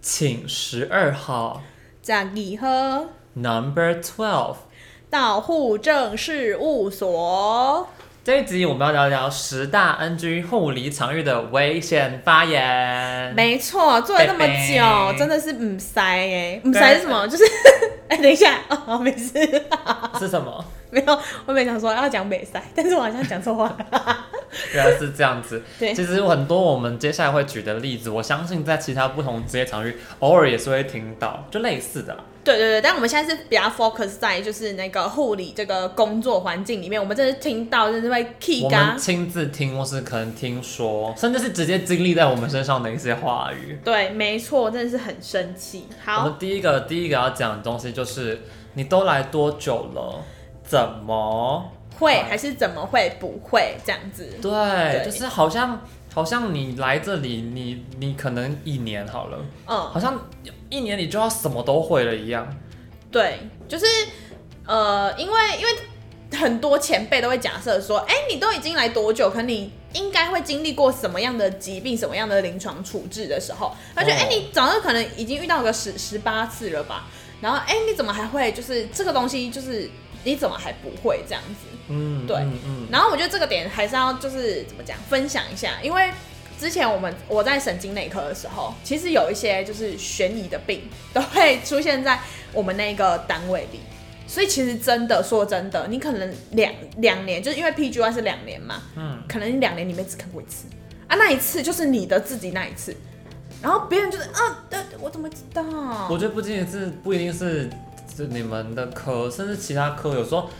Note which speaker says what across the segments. Speaker 1: 请十二号
Speaker 2: จากกี่เฮอ
Speaker 1: Number Twelve。
Speaker 2: 到户政事务所。
Speaker 1: 这一集我们要聊聊十大 NG 护理场域的危险发言。
Speaker 2: 没错，做了那么
Speaker 1: 拜拜
Speaker 2: 久，真的是唔塞哎，唔
Speaker 1: 对
Speaker 2: 塞是什么？就是 哎、等一下， 哦，没事，
Speaker 1: 是什么？
Speaker 2: 没有，我本来想说要讲美塞， 但是我好像讲错话 了。
Speaker 1: 原来是这样子。
Speaker 2: 对
Speaker 1: 其实很多我们接下来会举的例子，我相信在其他不同职业场域偶尔也是会听到，就类似的啦。
Speaker 2: 对对对，但我们现在是比较 focus 在就是那个护理这个工作环境里面，我们真的是听到真的是会啊 key
Speaker 1: 我们亲自听，或是可能听说，甚至是直接经历在我们身上的一些话语。
Speaker 2: 对，没错，真的是很生气。
Speaker 1: 我
Speaker 2: 好
Speaker 1: 们，第一个第一个要讲的东西就是，你都来多久了？怎么？
Speaker 2: 会还是怎么会不会这样子？
Speaker 1: 对，
Speaker 2: 对
Speaker 1: 就是好像好像你来这里，你你可能一年好了，
Speaker 2: 嗯，
Speaker 1: 好像一年你就要什么都会了一样。
Speaker 2: 对，就是呃，因为因为很多前辈都会假设说，哎、你都已经来多久？可你应该会经历过什么样的疾病、什么样的临床处置的时候，他觉得，
Speaker 1: 哦
Speaker 2: 哎、你早上可能已经遇到个十十八次了吧？然后，哎、你怎么还会就是这个东西，就是你怎么还不会这样子？
Speaker 1: 嗯，
Speaker 2: 对
Speaker 1: 嗯嗯，
Speaker 2: 然后我觉得这个点还是要就是怎么讲分享一下，因为之前我们我在神经内科的时候，其实有一些就是悬疑的病都会出现在我们那个单位里，所以其实真的说真的，你可能两两年就是因为 PGY 是两年嘛，
Speaker 1: 嗯，
Speaker 2: 可能你两年里面只看过一次啊，那一次就是你的自己那一次，然后别人就是啊，对，我怎么知道？
Speaker 1: 我觉得不仅仅是不一定是是你们的科，甚至其他科，有时候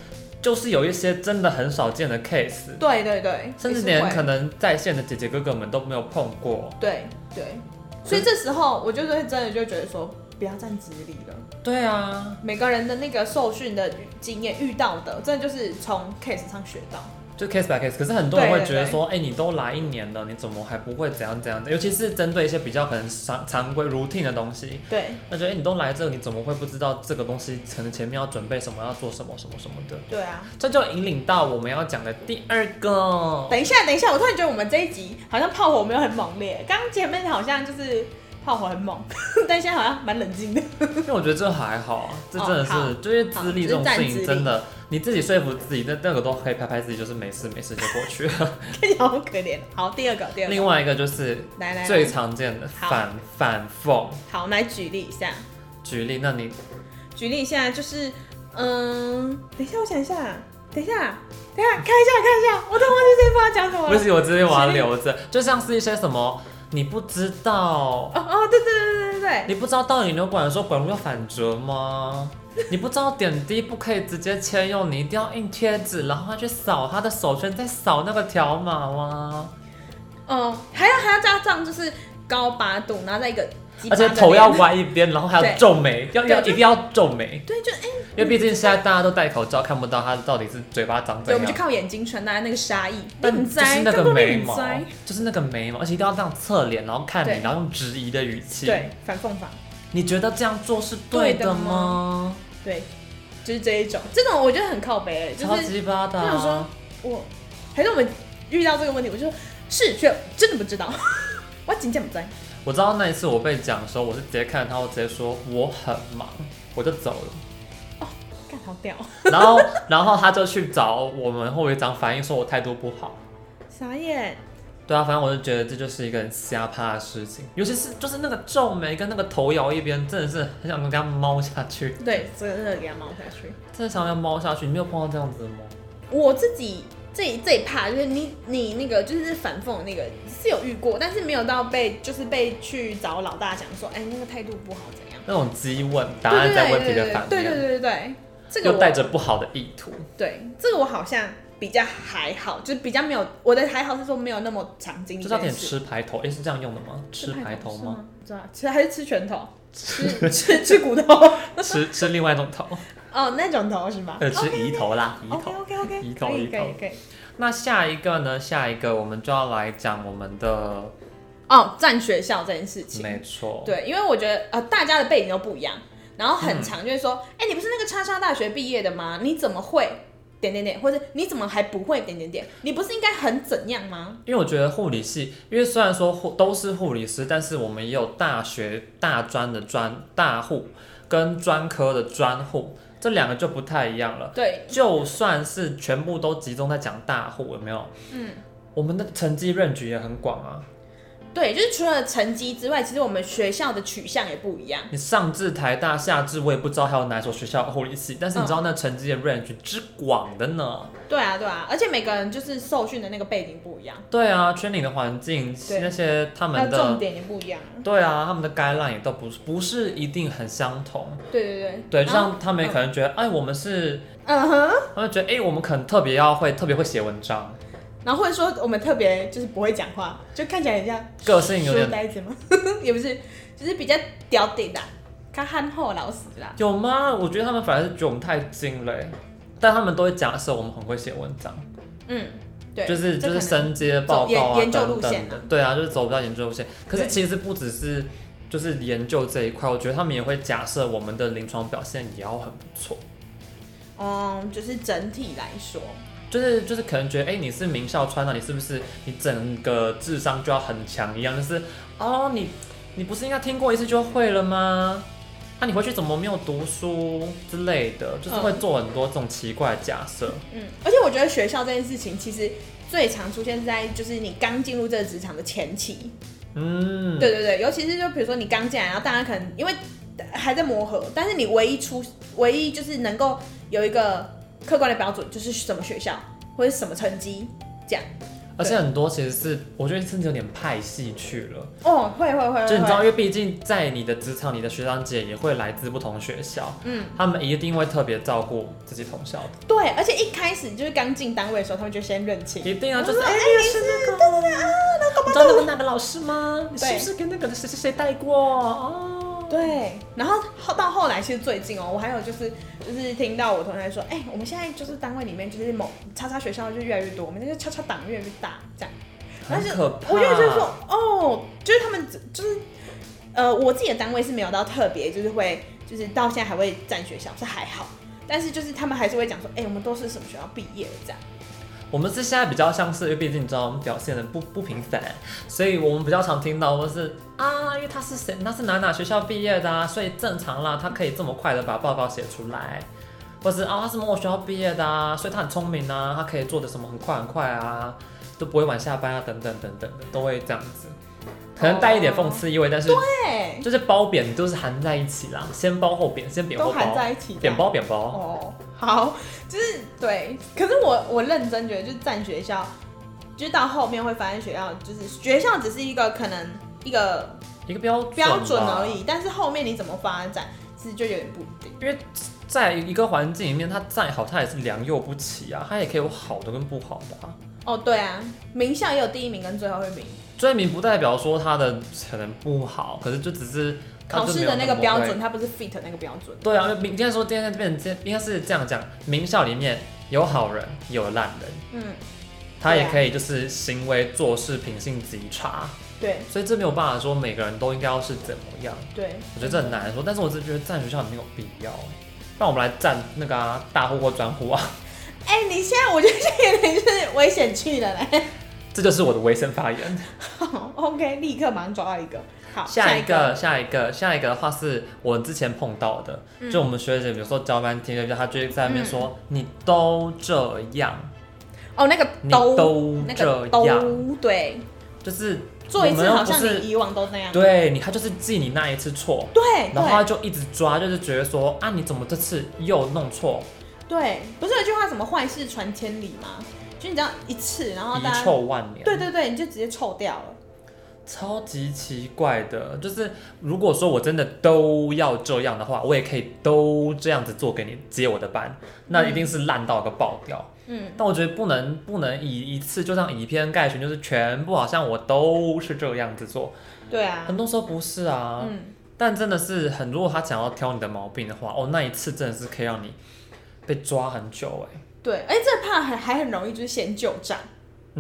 Speaker 1: 就是有一些真的很少见的 case，
Speaker 2: 对对对，
Speaker 1: 甚至
Speaker 2: 也是
Speaker 1: 连
Speaker 2: 会
Speaker 1: 可能在线的姐姐哥哥们都没有碰过。
Speaker 2: 对对，所以这时候我就是真的就觉得说，不要站直理了。
Speaker 1: 对啊，
Speaker 2: 每个人的那个受训的经验遇到的，真的就是从 case 上学到。
Speaker 1: 就 case by case，可是很多人
Speaker 2: 对
Speaker 1: 会
Speaker 2: 对
Speaker 1: 觉得说，哎、你都来一年了，你怎么还不会怎样怎样？尤其是针对一些比较可能常常规 routine 的东西，
Speaker 2: 对
Speaker 1: 那觉得、哎你都来这，你怎么会不知道这个东西可能前面要准备什么，要做什么什么什么的？
Speaker 2: 对啊，
Speaker 1: 这就引领到我们要讲的第二个，
Speaker 2: 等一下，等一下，我突然觉得我们这一集好像炮火没有很猛烈，刚刚前面好像就是炮火很猛，但现在好像蛮冷静的。
Speaker 1: 因为我觉得这还好啊，这真的是、
Speaker 2: 哦好
Speaker 1: 就是资历这种
Speaker 2: 好就
Speaker 1: 事
Speaker 2: 是站资
Speaker 1: 情
Speaker 2: 历
Speaker 1: 真的，你自己说服自己，那那个都可以拍拍自己，就是没事没事就过去了。
Speaker 2: 看起来好可怜。好，第二个，第二
Speaker 1: 另
Speaker 2: 个，
Speaker 1: 外一个就是
Speaker 2: 来来
Speaker 1: 最
Speaker 2: 来，
Speaker 1: 常见的
Speaker 2: 好
Speaker 1: 反反讽，
Speaker 2: 好，我们来举例一下，
Speaker 1: 举例，那你
Speaker 2: 举例一下就是，嗯，等一下，我想一下，等一下，等一下，看一下，看一下，我都忘记这一步要讲什么
Speaker 1: 不
Speaker 2: 了。
Speaker 1: 行，我这边我要
Speaker 2: 是
Speaker 1: 留着，就像是一些什么，你不知道，
Speaker 2: 哦哦，对对对对对对，
Speaker 1: 你不知道到底牛管的时候管路要反折吗？你不知道点滴不可以直接签用，你一定要印贴纸，然后他去扫他的手圈，再扫那个条码吗？
Speaker 2: 嗯，还要还要加上就是高八度，然后再一个鸡巴
Speaker 1: 而且
Speaker 2: 的
Speaker 1: 头
Speaker 2: 脸
Speaker 1: 要。歪一边，然后还要
Speaker 2: 对
Speaker 1: 皱眉，要要一
Speaker 2: 对就
Speaker 1: 定要皱眉，
Speaker 2: 对，就哎、
Speaker 1: 因为毕竟现在大家都戴口罩，看不到他到底是嘴巴长怎
Speaker 2: 对，我们就
Speaker 1: 样。
Speaker 2: 靠眼睛传达那个杀意，
Speaker 1: 但
Speaker 2: 很
Speaker 1: 就是
Speaker 2: 栽，
Speaker 1: 那
Speaker 2: 这
Speaker 1: 个
Speaker 2: 不
Speaker 1: 眉
Speaker 2: 很
Speaker 1: 毛
Speaker 2: 栽。，
Speaker 1: 就是那个眉毛，而且一定要这样侧脸，然后看你，
Speaker 2: 对
Speaker 1: 然后用质疑的语气。
Speaker 2: 对，反讽法，
Speaker 1: 你觉得这样做是
Speaker 2: 对的
Speaker 1: 的吗？
Speaker 2: 对，就是这一种，这种我觉得很靠北、欸就
Speaker 1: 超
Speaker 2: 是
Speaker 1: 级巴的、
Speaker 2: 我想说
Speaker 1: 啊。
Speaker 2: 我还是我们遇到这个问题，我就说是，却真的不知道， 我真正不栽。
Speaker 1: 我知道那一次我被讲的时候，我是直接看着他，我直接说我很忙，我就走了。
Speaker 2: 干好屌，
Speaker 1: 然后，然后他就去找我们后长反映说我态度不好。
Speaker 2: 傻眼，
Speaker 1: 对啊，反正我就觉得这就是一个很瞎趴的事情，尤其是就是那个皱眉跟那个头摇一边，真的是很想跟他猫下去，
Speaker 2: 对，真的给他猫下去。
Speaker 1: 真的想要猫下去。你没有碰到这样子的吗？
Speaker 2: 我自己最最怕就是你你那个就是反讽那个是有遇过，但是没有到被就是被去找老大讲说，哎、那个态度不好怎样？
Speaker 1: 那种激问答案在问题的反面，
Speaker 2: 对对对对对对对对，这个
Speaker 1: 又带
Speaker 2: 我
Speaker 1: 着不好的意图。
Speaker 2: 对这个我好像比较还好，就是比较没有我的还好是说没有那么常经历
Speaker 1: 这
Speaker 2: 这
Speaker 1: 叫
Speaker 2: 件
Speaker 1: 点
Speaker 2: 事。
Speaker 1: 吃排头，诶，是这样用的吗？吃排头
Speaker 2: 是
Speaker 1: 吗？？
Speaker 2: 不知道，吃还是吃拳头，吃吃吃骨头，
Speaker 1: 吃吃另外一种头，
Speaker 2: 哦，那种头是吗？
Speaker 1: 呃，吃鱼头啦，鱼
Speaker 2: OK
Speaker 1: 头。
Speaker 2: OK OK，
Speaker 1: 移头
Speaker 2: 可以
Speaker 1: 移头
Speaker 2: 可以可以。
Speaker 1: 那下一个呢？下一个我们就要来讲我们的，
Speaker 2: 哦，占学校这件事情，
Speaker 1: 没错，
Speaker 2: 对，因为我觉得呃，大家的背景都不一样，然后很常就会说，哎、你不是那个叉叉大学毕业的吗？你怎么会点点点，或者你怎么还不会点点点？你不是应该很怎样吗？
Speaker 1: 因为我觉得护理系，因为虽然说护都是护理师，但是我们也有大学大专的专大护跟专科的专护，这两个就不太一样了。
Speaker 2: 对，
Speaker 1: 就算是全部都集中在讲大户，有没有？
Speaker 2: 嗯，
Speaker 1: 我们的成绩 range 也很广啊。
Speaker 2: 对，就是除了成绩之外，其实我们学校的取向也不一样。
Speaker 1: 你上至台大，下至我也不知道还有哪所学校有护理系，但是你
Speaker 2: 嗯
Speaker 1: 知道那成绩的 range 之广的呢？
Speaker 2: 对啊，对啊，而且每个人就是受训的那个背景不一样，
Speaker 1: 对啊，圈里的环境
Speaker 2: 对
Speaker 1: 那些他
Speaker 2: 还
Speaker 1: 们
Speaker 2: 有重
Speaker 1: 的，
Speaker 2: 点也不一样。
Speaker 1: 对啊，他们的 guideline 也都不是不是一定很相同。
Speaker 2: 对对对，
Speaker 1: 对，就
Speaker 2: 然后
Speaker 1: 像他们也可能觉
Speaker 2: 啊哦
Speaker 1: 得，哎，我们是，
Speaker 2: 嗯哼，
Speaker 1: 他们觉得，哎，我们可能特别要会，特别会写文章，
Speaker 2: 然后或者说我们特别就是不会讲话，就看起来很像
Speaker 1: 个性有
Speaker 2: 书
Speaker 1: 点，
Speaker 2: 呆子吗？ 也不是，就是比较屌顶的，他憨厚老实啦。
Speaker 1: 有吗？我觉得他们反而是觉得我们太精了、欸但他们都会假设我们很会写文章，
Speaker 2: 嗯，对，
Speaker 1: 就是
Speaker 2: 这
Speaker 1: 就
Speaker 2: 可
Speaker 1: 是
Speaker 2: 能
Speaker 1: 升阶报
Speaker 2: 走研
Speaker 1: 告啊
Speaker 2: 研究
Speaker 1: 等
Speaker 2: 路
Speaker 1: 等
Speaker 2: 线啊
Speaker 1: 的，对啊，就是走不到研究路线。可是
Speaker 2: 对
Speaker 1: 其实不只是就是研究这一块，我觉得他们也会假设我们的临床表现也要很不错。
Speaker 2: 嗯，就是整体来说，
Speaker 1: 就是就是可能觉得，哎、你是名校穿的，你是不是你整个智商就要很强一样？就是哦，你你不是应该听过一次就会了吗？那、你回去怎么没有读书之类的？就是会做很多这种奇怪的假设。
Speaker 2: 嗯，而且我觉得学校这件事情其实最常出现在就是你刚进入这个职场的前期，
Speaker 1: 嗯，
Speaker 2: 对对对，尤其是就比如说你刚进来，然后大家可能因为还在磨合，但是你唯一出唯一就是能够有一个客观的标准，就是什么学校或者是什么成绩这样。
Speaker 1: 而且很多其实是我觉得甚至有点派系去了。
Speaker 2: 哦，会会会
Speaker 1: 就你知
Speaker 2: 会
Speaker 1: 道，
Speaker 2: 会，
Speaker 1: 因为毕竟在你的职场，你的学长姐也会来自不同学校，
Speaker 2: 嗯，
Speaker 1: 他们一定会特别照顾自己同校的。
Speaker 2: 对，而且一开始就是刚进单位的时候，他们就先认清。
Speaker 1: 一定啊，
Speaker 2: 我
Speaker 1: 就是
Speaker 2: 说
Speaker 1: 哎，
Speaker 2: 哎
Speaker 1: 你是那个
Speaker 2: 对对对啊，那搞不
Speaker 1: 你
Speaker 2: 好
Speaker 1: 知道那个那个老师吗？你是不
Speaker 2: 对
Speaker 1: 是跟那个谁谁谁带过？哦，
Speaker 2: 对，然后后到后来，其实最近哦，我还有就是就是听到我同学说，哎、我们现在就是单位里面就是某叉叉学校就越来越多，我们那个叉叉党越来越大，这样，
Speaker 1: 啊很可怕。
Speaker 2: 我就觉得说，哦，就是他们只就是呃，我自己的单位是没有到特别，就是会就是到现在还会占学校，是还好，但是就是他们还是会讲说，哎、我们都是什么学校毕业的这样，
Speaker 1: 我们是现在比较像是，因为毕竟你知道我们表现的不不平凡，所以我们比较常听到或是啊，因为他是谁，他是哪哪学校毕业的啊，所以正常啦，他可以这么快的把报告写出来，或是啊，他是某某学校毕业的啊，所以他很聪明啊，他可以做的什么很快很快啊，都不会晚下班啊，等等等等的，都会这样子，可能带一
Speaker 2: 哦
Speaker 1: 点讽刺意味，但是
Speaker 2: 对，
Speaker 1: 就是褒贬都是含在一起啦，先褒后贬，先贬
Speaker 2: 都
Speaker 1: 后
Speaker 2: 含
Speaker 1: 褒，
Speaker 2: 在一起这样，啊
Speaker 1: 贬褒贬褒，
Speaker 2: 哦，好，就是对，可是我我认真觉得，就是占学校，就是到后面会发现学校就是学校只是一个可能一个
Speaker 1: 一个标准
Speaker 2: 标准
Speaker 1: 吧
Speaker 2: 而。已，但是后面你怎么发展，其实就有点不一定。
Speaker 1: 因为在一个环境里面，它再好，它也是良莠不齐啊，它也可以有好的跟不好的啊。
Speaker 2: 哦，对啊，名校也有第一名跟最后一名，
Speaker 1: 追名不代表说它的可能不好，可是就只是它
Speaker 2: 考
Speaker 1: 就没
Speaker 2: 试
Speaker 1: 有
Speaker 2: 的那个标
Speaker 1: 么
Speaker 2: 准，
Speaker 1: 会。
Speaker 2: 它不是 fit 那个标准。
Speaker 1: 对啊，因为明天说今天变成应该是这样讲，名校里面有好人，有烂人，
Speaker 2: 嗯，
Speaker 1: 他
Speaker 2: 对啊
Speaker 1: 也可以就是行为做事品性极差，
Speaker 2: 对
Speaker 1: 所以这没有办法说每个人都应该要是怎么样。
Speaker 2: 对，
Speaker 1: 我觉得这很难说，但是我是觉得站学校很没有必要。那我们来站那个、啊、大户或专户啊，
Speaker 2: 哎、你现在我觉得现在有点就是危险去了嘞。
Speaker 1: 这就是我的危险发言。
Speaker 2: 好，OK，立刻马上找到一个。好，
Speaker 1: 下一
Speaker 2: 一
Speaker 1: 个，下一个，下一个的话是我之前碰到的，
Speaker 2: 嗯
Speaker 1: 就我们学姐，比如说交班听的，她就会在那边说、你都这样，
Speaker 2: 哦，那个
Speaker 1: 你
Speaker 2: 兜，
Speaker 1: 都
Speaker 2: 那
Speaker 1: 这
Speaker 2: 个
Speaker 1: 样，
Speaker 2: 兜，对，
Speaker 1: 就是
Speaker 2: 做一
Speaker 1: 我
Speaker 2: 次
Speaker 1: 们又
Speaker 2: 好
Speaker 1: 不
Speaker 2: 像
Speaker 1: 是
Speaker 2: 你以往都那样。
Speaker 1: 对你，她就是记你那一次错，
Speaker 2: 对
Speaker 1: 然后她
Speaker 2: 对
Speaker 1: 就一直抓，就是觉得说啊，你怎么这次又弄错，
Speaker 2: 对，不是有一句话什么坏事传千里吗？就你只要一次，然后大
Speaker 1: 遗
Speaker 2: 家
Speaker 1: 臭万年，
Speaker 2: 对对对，你就直接臭掉了。
Speaker 1: 超级奇怪的，就是如果说我真的都要这样的话，我也可以都这样子做给你接我的班，那一定是烂到一个爆掉。
Speaker 2: 嗯，
Speaker 1: 但我觉得不能不能以一次就这样以偏概全，就是全部好像我都是这样子做，
Speaker 2: 对啊
Speaker 1: 很，多时候不是啊。
Speaker 2: 嗯，
Speaker 1: 但真的是很，如果他想要挑你的毛病的话，哦，那一次真的是可以让你被抓很久哎、
Speaker 2: 对，而且这怕很还很容易就是先旧账。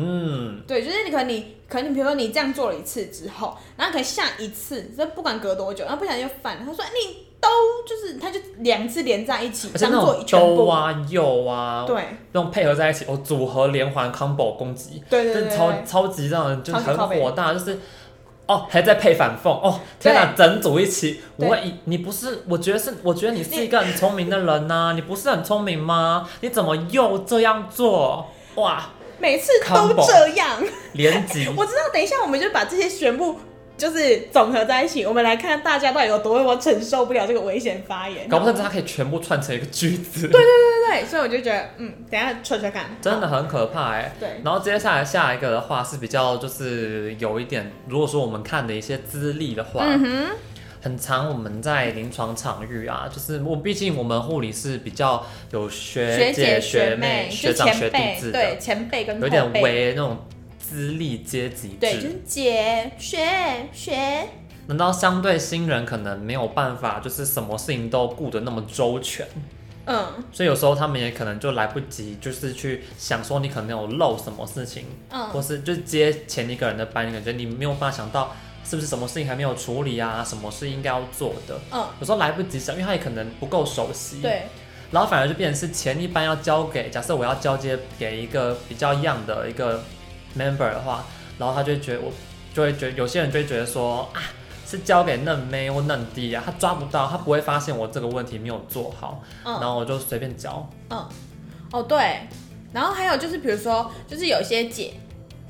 Speaker 1: 嗯，
Speaker 2: 对，就是你可能你可能你比如说啊你这样做了一次之后，然后可能下一次，这不管隔多久，然后不小心就犯了，他说哎你都都就是它就两次连在一起，
Speaker 1: 而且
Speaker 2: 当
Speaker 1: 那
Speaker 2: 做
Speaker 1: 种
Speaker 2: 全部。
Speaker 1: 兜啊、右啊，
Speaker 2: 对
Speaker 1: 那种配合在一起，哦，组合连环 combo 攻击，
Speaker 2: 对对对
Speaker 1: 真
Speaker 2: 对
Speaker 1: 的
Speaker 2: 对
Speaker 1: 超超级让人就是
Speaker 2: 超级
Speaker 1: 很
Speaker 2: 靠背
Speaker 1: 火大，就是哦还在配反缝，哦天哪，整组一起，
Speaker 2: 对
Speaker 1: 我以你不是，我觉得是，我觉得你是一个很聪明的人 呐、你不是很聪明吗？你怎么又这样做？哇，
Speaker 2: 每次都这样。，
Speaker 1: 连击
Speaker 2: 我知道，等一下我们就把这些全部就是总合在一起，我们来看大家到底有多我承受不了这个危险发言。
Speaker 1: 搞不清楚它可以全部串成一个句子，
Speaker 2: 对对对，所以我就觉得，嗯，等一下吹吹看。
Speaker 1: 真的很可怕哎、
Speaker 2: 对，
Speaker 1: 然后接下来下一个的话是比较就是有一点，如果说我们看的一些资历的话，
Speaker 2: 嗯哼，
Speaker 1: 很常我们在临床场域啊，就是我毕竟我们护理是比较有学
Speaker 2: 学
Speaker 1: 姐、
Speaker 2: 姐
Speaker 1: 学妹、
Speaker 2: 妹
Speaker 1: 学
Speaker 2: 就
Speaker 1: 长、
Speaker 2: 前
Speaker 1: 学弟
Speaker 2: 辈，
Speaker 1: 制
Speaker 2: 对
Speaker 1: 的，
Speaker 2: 前辈跟
Speaker 1: 有
Speaker 2: 后
Speaker 1: 点
Speaker 2: 辈，
Speaker 1: 为那种资历阶级
Speaker 2: 对，就
Speaker 1: 制。
Speaker 2: 是姐学学，
Speaker 1: 难道相对新人可能没有办法，就是什么事情都顾得那么周全，
Speaker 2: 嗯
Speaker 1: 所以有时候他们也可能就来不及，就是去想说你可能有漏什么事情，或
Speaker 2: 嗯，
Speaker 1: 是就是接前一个人的班，感觉你没有办法想到是不是什么事情还没有处理啊，什么是应该要做的，
Speaker 2: 嗯，
Speaker 1: 有时候来不及想，因为他也可能不够熟悉，，
Speaker 2: 对，
Speaker 1: 然后反而就变成是前一班要交给，假设我要交接给一个比较一样的一个 member 的话，然后他就会觉得我就会觉得有些人就会觉得说啊。是交给嫩妹或嫩弟啊，他抓不到，他不会发现我这个问题没有做好，然
Speaker 2: 嗯
Speaker 1: 后我就随便教。
Speaker 2: 嗯，哦对，然后还有就是比如说，就是有些姐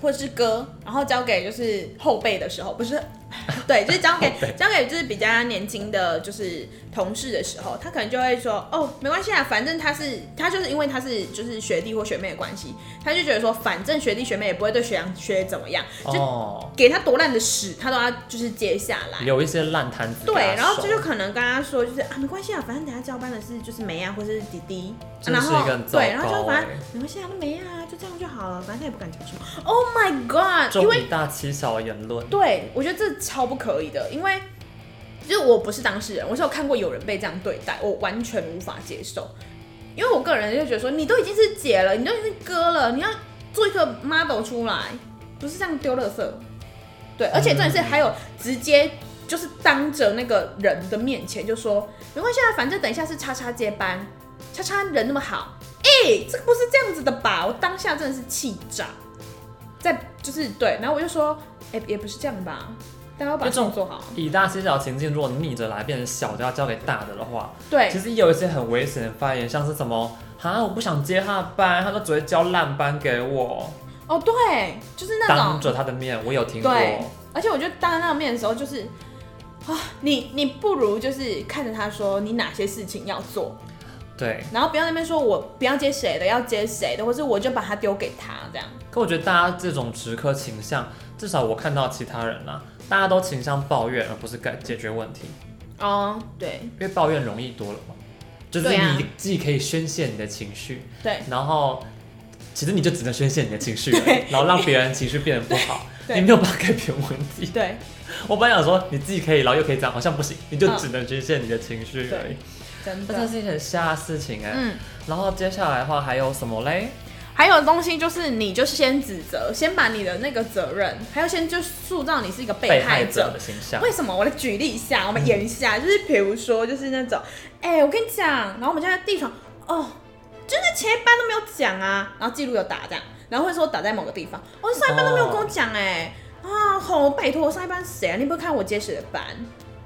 Speaker 2: 或是哥，然后交给就是后辈的时候，不是， 对，就是交给
Speaker 1: 后辈
Speaker 2: 交给就是比较年轻的就是同事的时候，他可能就会说，哦，没关系啊，反正他是他就是因为他是就是学弟或学妹的关系，他就觉得说，反正学弟学妹也不会对学长学姐怎么样，就
Speaker 1: 哦，
Speaker 2: 给他多烂的屎，他都要就是接下来。
Speaker 1: 留一些烂摊子给他收。
Speaker 2: 对，然后这就可能跟他说，就是啊，没关系啊，反正等下交班的是就是梅啊，或是弟弟，啊
Speaker 1: 真
Speaker 2: 然
Speaker 1: 是
Speaker 2: 后
Speaker 1: 一个很糟
Speaker 2: 对，然后就
Speaker 1: 糕
Speaker 2: 反正
Speaker 1: 欸
Speaker 2: 没关系啊，那梅啊，就这样就好了，反正他也不敢讲什么。Oh my god！因
Speaker 1: 就
Speaker 2: 为
Speaker 1: 以大欺小的言论，
Speaker 2: 对我觉得这超不可以的，因为就是我不是当事人，我是有看过有人被这样对待，我完全无法接受。因为我个人就觉得说，你都已经是姐了，你都已经是哥了，你要做一个 model 出来，不是这样丢垃圾。对，而且重点是还有直接就是当着那个人的面前就说，没关系啊，反正等一下是叉叉接班，叉叉人那么好，哎、这个不是这样子的吧？我当下真的是气炸，在就是对，然后我就说，哎、也不是这样吧，大家要把
Speaker 1: 就
Speaker 2: 事
Speaker 1: 这种
Speaker 2: 情做好啊。
Speaker 1: 以大欺小的情境，如果逆着来变成小的要交给大的的话，
Speaker 2: 对
Speaker 1: 其，实也有一些很危险的发言，像是什么“啊，我不想接他的班，他都只会交烂班给我
Speaker 2: 哦对，就是”，那
Speaker 1: 当
Speaker 2: 种，
Speaker 1: 着他的面，我有听过。
Speaker 2: 对而且我觉得当着那个面的时候，就是啊，你你不如就是看着他说你哪些事情要做，
Speaker 1: 对，
Speaker 2: 然后不要在那边说我不要接谁的，要接谁的，或是我就把他丢给他这样。
Speaker 1: 可我觉得大家这种时刻倾向，至少我看到其他人啦、大家都倾向抱怨，而不是解解决问题，
Speaker 2: 哦，对
Speaker 1: 因为抱怨容易多了嘛。就是
Speaker 2: 对啊
Speaker 1: 你既可以宣泄你的情绪，
Speaker 2: 对
Speaker 1: 然后其实你就只能宣泄你的情绪而已，然后让别人情绪变得不好，
Speaker 2: 对
Speaker 1: 你没有办法改变问题。
Speaker 2: 对
Speaker 1: 我本来想说你自己可以，然后又可以这样，好像不行，你就
Speaker 2: 嗯
Speaker 1: 只能局限你的情绪而已
Speaker 2: 对。真
Speaker 1: 那这
Speaker 2: 的。
Speaker 1: 是一件很瞎的事情哎、
Speaker 2: 嗯，
Speaker 1: 然后接下来的话还有什么嘞？
Speaker 2: 还有东西就是，你就是先指责，先把你的那个责任，还有先就塑造你是一个被
Speaker 1: 害
Speaker 2: 害者。
Speaker 1: 的形象
Speaker 2: 为。什么？我来举例一下， 我们演一下，就是比如说，就是那种，哎、我跟你讲，然后我们就在地上，哦，就是前一班都没有讲啊，然后记录有打这样，然后会说打在某个地方，哦，上一班都没有跟我讲哎、啊，吼，拜托，上一班谁啊？你不会看我接谁的班？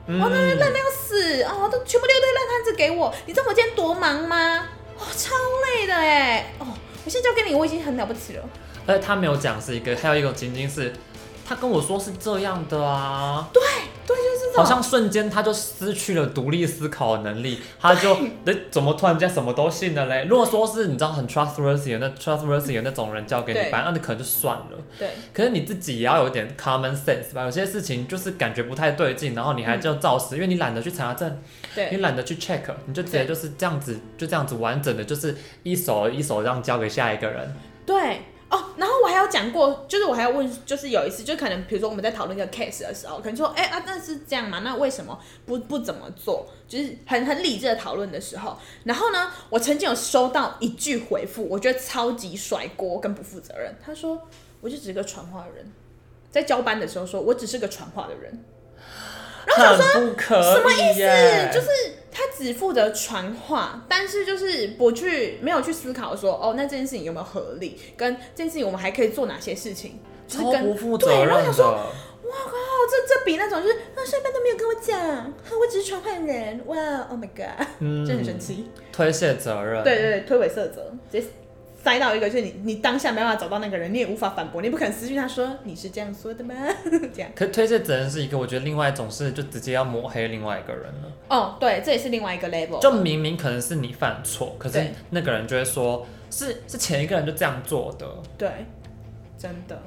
Speaker 1: 嗯
Speaker 2: 哦，那那烂的要死哦，都全部丢一堆烂摊子给我，你知道我今天多忙吗？哦，超累的哎，哦，我现在交给你，我已经很了不起了。
Speaker 1: 而且他没有讲是一个，还有一种情境是，他跟我说是这样的啊，
Speaker 2: 对，就是这
Speaker 1: 好
Speaker 2: 种，
Speaker 1: 像瞬间他就失去了独立思考的能力，他就哎怎么突然间什么都信了嘞？如果说是你知道很 trustworthy 的那 trustworthy 的那种人交给你
Speaker 2: 对
Speaker 1: 班，那你可能就算了。
Speaker 2: 对
Speaker 1: 可是你自己也要有点 common sense 吧，有些事情就是感觉不太对劲，然后你还就照
Speaker 2: 嗯
Speaker 1: 实，因为你懒得去查证，你
Speaker 2: 对
Speaker 1: 懒得去 check，你就直接
Speaker 2: 对
Speaker 1: 就是这样子，就这样子完整的，就是一手一手这样交给下一个人。
Speaker 2: 对。哦，然后我还有讲过，就是我还要问，就是有一次，就可能比如说我们在讨论一个 case 的时候，可能说，哎、啊，那是这样嘛？那为什么不不怎么做？就是很很理智的讨论的时候，然后呢，我曾经有收到一句回复，我觉得超级甩锅跟不负责任。他说，我就只是个传话人，在交班的时候说，我只是个传话的人。
Speaker 1: 很不可以耶，
Speaker 2: 什么意思？就是只负责传话，但是就是不去没有去思考说，哦，那这件事情有没有合理，跟这件事情我们还可以做哪些事情，就是
Speaker 1: 超
Speaker 2: 跟
Speaker 1: 不负
Speaker 2: 对
Speaker 1: 责
Speaker 2: 然后
Speaker 1: 任
Speaker 2: 想说
Speaker 1: 的。
Speaker 2: 哇靠，这这比那种就是啊上班都没有跟我讲，啊我只是传唤人，哇，Oh my god，
Speaker 1: 嗯，
Speaker 2: 就很神奇。
Speaker 1: 推卸责任。
Speaker 2: 对对对，推诿色责，直接塞到一个，就是你你当下没办法找到那个人，你也无法反驳，你不可能私讯他说你是这样说的吗？这样。
Speaker 1: 可推卸责任是一个，我觉得另外一种是就直接要抹黑另外一个人了。
Speaker 2: 哦，对，这也是另外一个 level。
Speaker 1: 就明明可能是你犯错，可是
Speaker 2: 哦对
Speaker 1: 那个人就会说，是是前一个人就这样做的。
Speaker 2: 对，真的，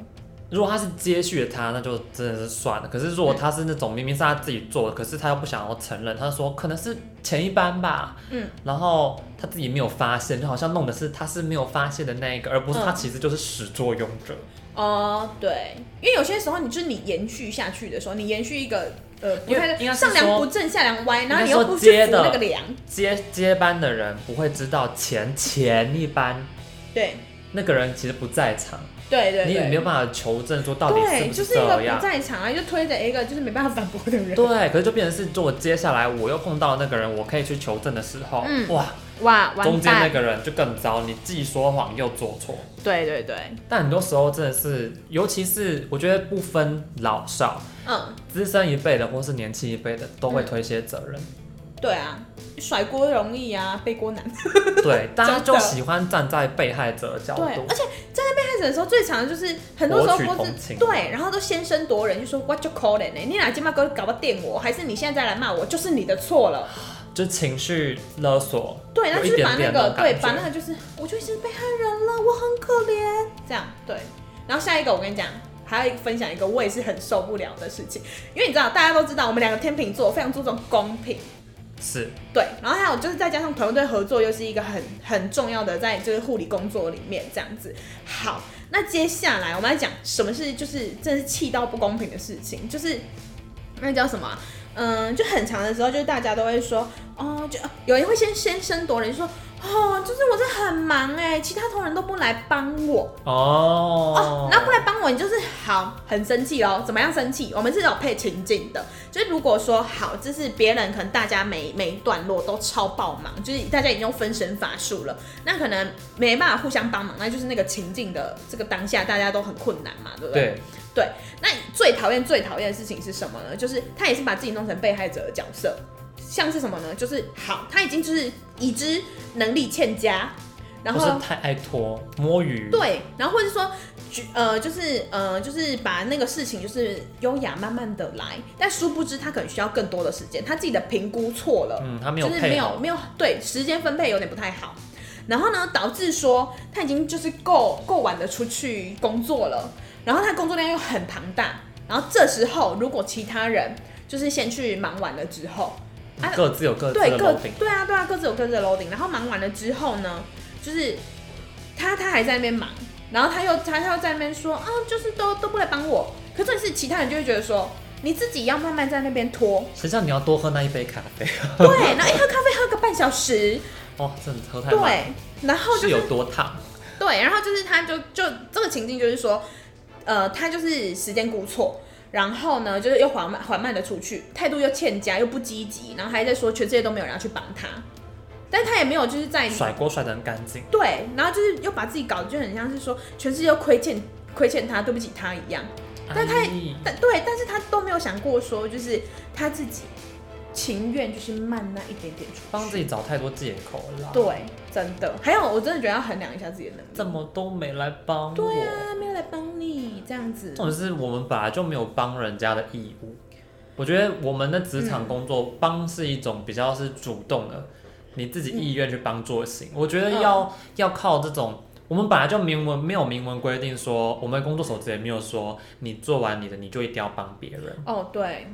Speaker 1: 如果他是接续了他，那就真的是算了。可是如果他是那种明明是他自己做的，可是他又不想要承认，他说可能是前一班吧，
Speaker 2: 嗯，
Speaker 1: 然后他自己没有发现，就好像弄的是他是没有发现的那一个，而不是他
Speaker 2: 嗯
Speaker 1: 其实就是始作俑者。
Speaker 2: 哦，对，因为有些时候你就是你延续下去的时候，你延续一个呃不
Speaker 1: 因为
Speaker 2: 太
Speaker 1: 应该是
Speaker 2: 上梁
Speaker 1: 说
Speaker 2: 不正下梁歪，
Speaker 1: 应
Speaker 2: 然后
Speaker 1: 该
Speaker 2: 你又
Speaker 1: 说
Speaker 2: 不去
Speaker 1: 接
Speaker 2: 扶
Speaker 1: 的
Speaker 2: 那个梁，
Speaker 1: 接接班的人不会知道前前一班
Speaker 2: 对
Speaker 1: 那个人其实不在场，
Speaker 2: 对对对，
Speaker 1: 你也没有办法求证说到底是
Speaker 2: 对，
Speaker 1: 不
Speaker 2: 就是一个
Speaker 1: 这
Speaker 2: 不
Speaker 1: 样。
Speaker 2: 在场啊，就推着一个就是没办法反驳的人。
Speaker 1: 对，可是就变成是，就我接下来我又碰到那个人，我可以去求证的时候，
Speaker 2: 嗯
Speaker 1: 哇，
Speaker 2: 哇，
Speaker 1: 中间那个人就更糟，你既说谎又做错。
Speaker 2: 对对对，
Speaker 1: 但很多时候真的是，尤其是我觉得不分老少，
Speaker 2: 嗯，
Speaker 1: 资深一辈的或是年轻一辈的都会
Speaker 2: 嗯
Speaker 1: 推卸责任。
Speaker 2: 对啊，甩锅容易啊，背锅难。
Speaker 1: 对，大家
Speaker 2: 真
Speaker 1: 就
Speaker 2: 的
Speaker 1: 喜欢站在被害者的角
Speaker 2: 对
Speaker 1: 度，
Speaker 2: 而。且站在被害者的时候，最常的就是很多时候
Speaker 1: 博取
Speaker 2: 或
Speaker 1: 同
Speaker 2: 是
Speaker 1: 情
Speaker 2: 对，然后都先声夺人，就说 What you calling 呢、你哪今嘛搞搞不电我，还是你现在再来骂我，就是你的错了。
Speaker 1: 就情绪勒索，
Speaker 2: 对，那
Speaker 1: 有
Speaker 2: 就
Speaker 1: 一
Speaker 2: 是
Speaker 1: 点
Speaker 2: 把那
Speaker 1: 点
Speaker 2: 个
Speaker 1: 种
Speaker 2: 对，
Speaker 1: 感
Speaker 2: 把
Speaker 1: 觉
Speaker 2: 那个就是我就是被害人了，我很可怜，这样对。然后下一个我跟你讲，还要分享一个我也是很受不了的事情，因为你知道大家都知道我们两个天秤座非常注重公平，
Speaker 1: 是
Speaker 2: 对，然后还有就是再加上团队合作，又是一个很很重要的在就是护理工作里面这样子。好，那接下来我们来讲什么是就是真的是气到不公平的事情，就是那叫什么啊、嗯，就很长的时候，就是大家都会说，哦，就有人会先先声夺人，就说，哦，就是我这很忙哎，其他同仁都不来帮我，
Speaker 1: 哦
Speaker 2: 哦，，然后不来帮我，你就是好很生气咯。怎么样生气？我们是有配情境的，就是如果说好，就是别人可能大家每每一段落都超爆忙，就是大家已经用分身乏术了，那可能没办法互相帮忙，那就是那个情境的这个当下大家都很困难嘛，对不对？
Speaker 1: 对，
Speaker 2: 那你最讨厌最讨厌的事情是什么呢？就是他也是把自己弄成被害者的角色，像是什么呢？就是好，他已经就是已知能力欠佳，然
Speaker 1: 不
Speaker 2: 后
Speaker 1: 是太爱拖摸鱼，
Speaker 2: 对，然后或者说，举呃，就是呃，就是把那个事情就是优雅慢慢的来，但殊不知他可能需要更多的时间，他自己的评估错了，
Speaker 1: 嗯，他没有
Speaker 2: 就是
Speaker 1: 配
Speaker 2: 没有
Speaker 1: 好，
Speaker 2: 没有对时间分配有点不太好。然后呢，导致说他已经就是够够晚的出去工作了，然后他的工作量又很庞大，然后这时候如果其他人就是先去忙完了之后，啊
Speaker 1: 各自有各自
Speaker 2: 对
Speaker 1: 的
Speaker 2: 各
Speaker 1: 毛病，，
Speaker 2: 对啊对啊，各自有各自的 loading。然后忙完了之后呢，就是他他还在那边忙，然后他又他他又在那边说啊，就是都都不来帮我。可是重点是其他人就会觉得说，你自己要慢慢在那边拖
Speaker 1: 谁叫你要多喝那一杯咖啡？
Speaker 2: 对，然后一喝咖啡喝个半小时，
Speaker 1: 哦，真的喝太慢，
Speaker 2: 对，然后就是
Speaker 1: 有多烫？
Speaker 2: 对，然后就是他就就这个情境就是说，呃，他就是时间估错，然后呢就是又缓慢缓慢的出去，态度又欠佳又不积极，然后还在说全世界都没有人要去帮他，但他也没有就是在
Speaker 1: 甩锅甩得很干净，
Speaker 2: 对，然后就是又把自己搞得就很像是说全世界都亏欠亏欠他，对不起他一样。但他
Speaker 1: 哎
Speaker 2: 但对，但是他都没有想过说，就是他自己情愿就是慢那一点点出去
Speaker 1: 帮自己找太多借口了，，
Speaker 2: 对，真的。还有，我真的觉得要衡量一下自己的能力。
Speaker 1: 怎么都没来帮我。
Speaker 2: 对啊，没有来帮你这样子。
Speaker 1: 重点是我们本来就没有帮人家的义务。我觉得我们的职场工作帮是一种比较是主动的，你自己意愿去帮助
Speaker 2: 嗯
Speaker 1: 型。我觉得要、要靠这种，我们本来就明文没有明文规定说，我们工作守则也没有说你做完你的你就一定要帮别人。
Speaker 2: 哦，对，